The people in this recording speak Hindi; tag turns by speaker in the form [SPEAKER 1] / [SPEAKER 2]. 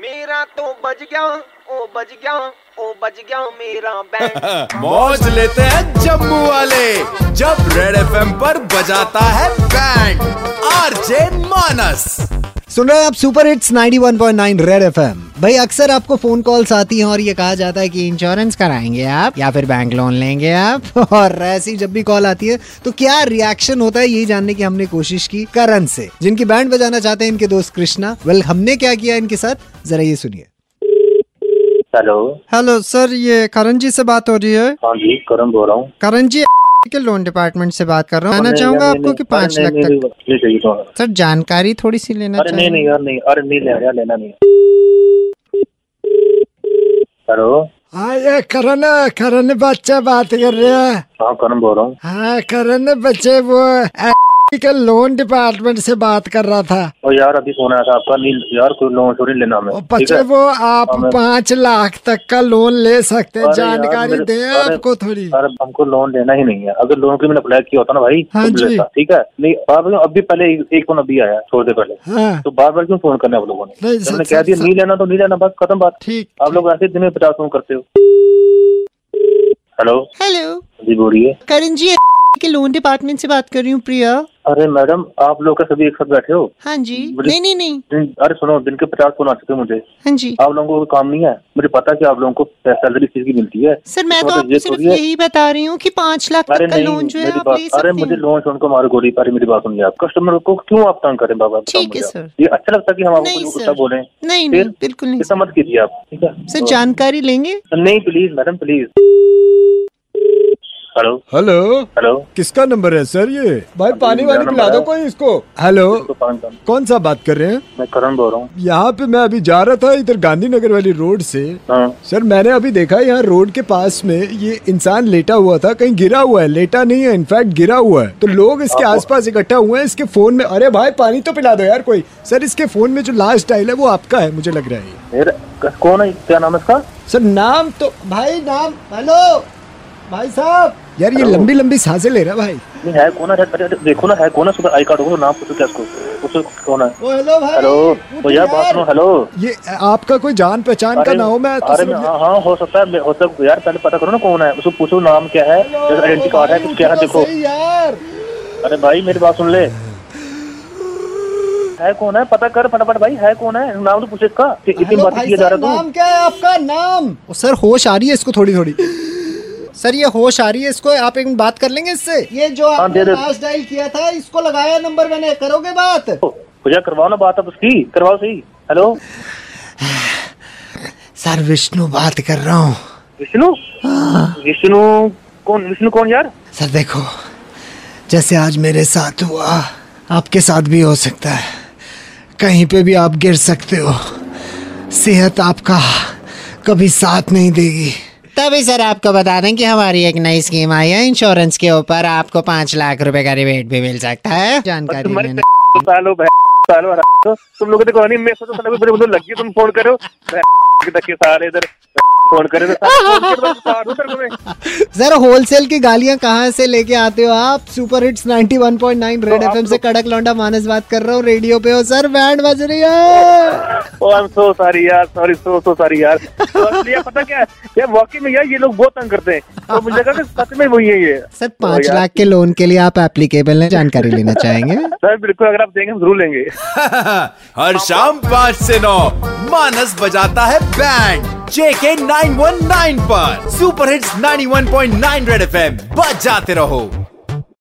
[SPEAKER 1] मेरा तो बज गया ओ बज गया ओ बज गया मेरा बैंड
[SPEAKER 2] मौज लेते हैं जम्मू वाले जब रेड एफएम पर बजाता है बैंड आरजे मानस
[SPEAKER 3] सुन रहे हैं आप सुपर हिट्स 91.9 रेड एफएम भाई अक्सर आपको फोन कॉल्स आती हैं और ये कहा जाता है कि इंश्योरेंस कराएंगे आप या फिर बैंक लोन लेंगे आप और ऐसी जब भी कॉल आती है तो क्या रिएक्शन होता है यही जानने की हमने कोशिश की करण से जिनकी बैंड बजाना चाहते हैं इनके दोस्त कृष्णा वेल हमने क्या किया इनके साथ जरा ये सुनिए
[SPEAKER 4] हेलो
[SPEAKER 3] हेलो सर ये करण जी से बात हो रही है
[SPEAKER 4] हाँ जी करण बोल रहा हूँ
[SPEAKER 3] करण जी के लोन डिपार्टमेंट से बात कर रहा हूँ
[SPEAKER 4] नहीं, यार, नहीं, नहीं, अरे नहीं, नहीं, नहीं, नहीं चाहिए तो
[SPEAKER 3] सर जानकारी थोड़ी सी लेना
[SPEAKER 4] अरे नहीं नहीं यार नहीं अरे नहीं ले यार लेना नहीं हेलो
[SPEAKER 3] हाँ ये करण करण बच्चा बात कर रहे हैं
[SPEAKER 4] हाँ करण बोल रहा हूँ
[SPEAKER 3] हाँ करण बच्चे वो के लोन डिपार्टमेंट से बात कर रहा था
[SPEAKER 4] और यार अभी फोन आया था आपका नहीं यार कोई लोन थोड़ी लेना हमें
[SPEAKER 3] और
[SPEAKER 4] ठीक
[SPEAKER 3] बच्चे
[SPEAKER 4] है
[SPEAKER 3] वो आप
[SPEAKER 4] हाँ, मैं-
[SPEAKER 3] पाँच लाख तक का लोन ले सकते हैं
[SPEAKER 4] अरे यार,
[SPEAKER 3] जानकारी
[SPEAKER 4] मेरे-
[SPEAKER 3] दें
[SPEAKER 4] अरे-
[SPEAKER 3] आपको थोड़ी
[SPEAKER 4] अरे हमको लोन लेना ही नहीं है अगर लोन के मैंने अप्लाई किया होता ना भाई
[SPEAKER 3] हाँ
[SPEAKER 4] तो
[SPEAKER 3] जी।
[SPEAKER 4] लेता, ठीक है नहीं आप लोग अभी पहले एक- एक फोन अभी आया थोड़ी देर पहले
[SPEAKER 3] हाँ
[SPEAKER 4] तो बार बार क्यों फोन करना आप लोगों ने
[SPEAKER 3] नहीं,
[SPEAKER 4] हमने
[SPEAKER 3] सर-
[SPEAKER 4] कह
[SPEAKER 3] सर-
[SPEAKER 4] दिया नहीं लेना तो नहीं लेना बस खत्म बात
[SPEAKER 3] ठीक
[SPEAKER 4] आप लोग ऐसे दिन में पचास फोन करते हो हेलो
[SPEAKER 5] हेलो
[SPEAKER 4] जी बोलिए
[SPEAKER 5] करण जी के लोन डिपार्टमेंट से बात कर रही हूँ प्रिया
[SPEAKER 4] अरे मैडम आप लोग क्या सभी एक साथ बैठे हो
[SPEAKER 5] हाँ जी
[SPEAKER 4] बड़ी-
[SPEAKER 5] नहीं नहीं नहीं
[SPEAKER 4] दिन- अरे सुनो दिन के पचास फोन आ चुके हैं मुझे
[SPEAKER 5] हाँ जी
[SPEAKER 4] आप लोगों को काम नहीं है मुझे पता है कि आप लोगों को सैलरी किस की मिलती है
[SPEAKER 5] सर मैं तो
[SPEAKER 4] तो
[SPEAKER 5] आपको
[SPEAKER 4] ये
[SPEAKER 5] सिर्फ
[SPEAKER 4] थोड़ी है-
[SPEAKER 5] यही बता रही हूँ कि पाँच लाख
[SPEAKER 4] अरे
[SPEAKER 5] तक का
[SPEAKER 4] नहीं
[SPEAKER 5] लोन जो है
[SPEAKER 4] मेरी
[SPEAKER 5] आप ले
[SPEAKER 4] बात अरे
[SPEAKER 5] सकते
[SPEAKER 4] मुझे
[SPEAKER 5] हैं
[SPEAKER 4] लोन छोड़ को मारो गोली पारी मेरी बात सुनिए आप कस्टमर को क्यों आप तंग करें बाबा बताओ
[SPEAKER 5] ठीक है,
[SPEAKER 4] मुझे।
[SPEAKER 5] सर।
[SPEAKER 4] ये अच्छा लगता है कि हम
[SPEAKER 5] नहीं,
[SPEAKER 4] आपको
[SPEAKER 5] सर।
[SPEAKER 4] कुछ बोले
[SPEAKER 5] नहीं
[SPEAKER 4] फिर?
[SPEAKER 5] नहीं बिल्कुल नहीं
[SPEAKER 4] ऐसा मत कीजिए आप ठीक है
[SPEAKER 5] सर जानकारी लेंगे
[SPEAKER 4] तो- नहीं please madam please hello
[SPEAKER 6] hello
[SPEAKER 4] hello
[SPEAKER 6] किसका नंबर है सर ये भाई पानी
[SPEAKER 4] मेरा
[SPEAKER 6] वानी
[SPEAKER 4] नंबर
[SPEAKER 6] पिला दो
[SPEAKER 4] है।
[SPEAKER 6] कोई इसको हेलो
[SPEAKER 4] तो पान- पान-
[SPEAKER 6] कौन सा बात कर रहे हैं
[SPEAKER 4] मैं करण बोल रहा हूँ
[SPEAKER 6] यहाँ पे मैं अभी जा रहा था इधर गांधीनगर वाली रोड से
[SPEAKER 4] हाँ
[SPEAKER 6] सर मैंने अभी देखा यहाँ रोड के पास में ये इंसान लेटा हुआ था कहीं गिरा हुआ है लेटा नहीं है इनफैक्ट गिरा हुआ है तो लोग इसके आसपास इकट्ठा हुए हैं इसके फोन में अरे भाई पानी तो पिला दो यार कोई सर इसके फोन में जो लास्ट डायल है वो आपका है मुझे लग रहा है ये।
[SPEAKER 4] मेरा कौन है क्या नाम है इसका
[SPEAKER 6] सर नाम तो भाई नाम हेलो भाई साहब यार ये लंबी लंबी सांसें ले रहा है भाई
[SPEAKER 4] नहीं है कौन है अरे- अरे देखो ना है कौन है सुबह आई कार्ड होगा तो नाम पूछो क्या उसको उसको कौन है
[SPEAKER 6] ओ हेलो भाई
[SPEAKER 4] हेलो
[SPEAKER 6] उठ
[SPEAKER 4] तो यार बात सुनो हेलो
[SPEAKER 6] ये आपका कोई जान पहचान का
[SPEAKER 4] अरे-
[SPEAKER 6] ना हो मैं तो
[SPEAKER 4] अरे
[SPEAKER 6] समझ
[SPEAKER 4] मैं-
[SPEAKER 6] लिया।
[SPEAKER 4] हाँ हाँ, हो सकता है हो सकता है यार पहले पता करो ना कौन है उसको पूछो नाम क्या है आइडेंटिटी कार्ड है कुछ क्या है
[SPEAKER 6] उठो
[SPEAKER 4] देखो
[SPEAKER 6] तो सही यार
[SPEAKER 4] अरे भाई मेरी बात सुन ले है कौन है पता कर फटाफट भाई है कौन है नाम तो पूछे इसका कि इतनी
[SPEAKER 6] हेलो
[SPEAKER 4] बात
[SPEAKER 6] भाई
[SPEAKER 4] किए जा
[SPEAKER 6] साहब,
[SPEAKER 4] रहा
[SPEAKER 6] नाम क्या है आपका नाम
[SPEAKER 3] ओ, सर होश आ रही है इसको थोड़ी थोड़ी सर ये होश आ रही है इसको आप एक मिनट बात कर लेंगे इससे ये जो
[SPEAKER 4] हाँ,
[SPEAKER 3] आपने
[SPEAKER 4] दे दे।
[SPEAKER 3] लास्ट डायल किया था इसको लगाया नंबर मैंने करोगे बात
[SPEAKER 4] तू पूजा करवाओ ना बात अब उसकी करवाओ सही हेलो
[SPEAKER 3] सर विष्णु बात कर रहा हूँ
[SPEAKER 4] विष्णु
[SPEAKER 6] हाँ।
[SPEAKER 4] विष्णु कौन विष्णु कौन यार
[SPEAKER 3] सर देखो जैसे आज मेरे साथ हुआ आपके साथ भी हो सकता है कहीं पे भी आप गिर सकते हो सेहत आपका कभी साथ नहीं देगी
[SPEAKER 5] तभी सर आपको बता दें कि हमारी एक नई स्कीम आई है इंश्योरेंस के ऊपर आपको पाँच लाख रुपए का रिबेट भी मिल सकता है जानकारी
[SPEAKER 4] तुम्हारे
[SPEAKER 5] लेना
[SPEAKER 4] सालो भै- सालो हरा- तो तुम लोगों देखो नहीं मैं सोचा था कोई बड़े बंदे तो लग गए तुम फोन करो भै- तक के सारे इधर फोन करे तो सारे फोन कर बस साथ उतर को मैं।
[SPEAKER 3] सर होलसेल की गालियां कहाँ से लेके आते हो आप सुपर हिट्स 91.9 रेड
[SPEAKER 4] तो आप
[SPEAKER 3] एफएम से कड़क लौंडा मानस बात कर रहा हूँ रेडियो पे हो सर बैंड बज रही है
[SPEAKER 4] oh I am so sorry यार सॉरी सो सो सॉरी यार और ये पता क्या है? यार वाकई में यार ये लोग बहुत तंग करते हैं तो मुझे लगा कि सच में वही है ये
[SPEAKER 3] सर
[SPEAKER 4] तो
[SPEAKER 3] पाँच
[SPEAKER 4] यार-
[SPEAKER 3] लाख के लोन के लिए आप एप्लीकेबल हैं जानकारी लेना चाहेंगे
[SPEAKER 4] सर बिल्कुल अगर आप देंगे हम जरूर लेंगे
[SPEAKER 2] हर शाम पाँच से नौ मानस बजाता है बैंड जेके 919 पर सुपर हिट्स 91.9 रेड एफएम बजाते रहो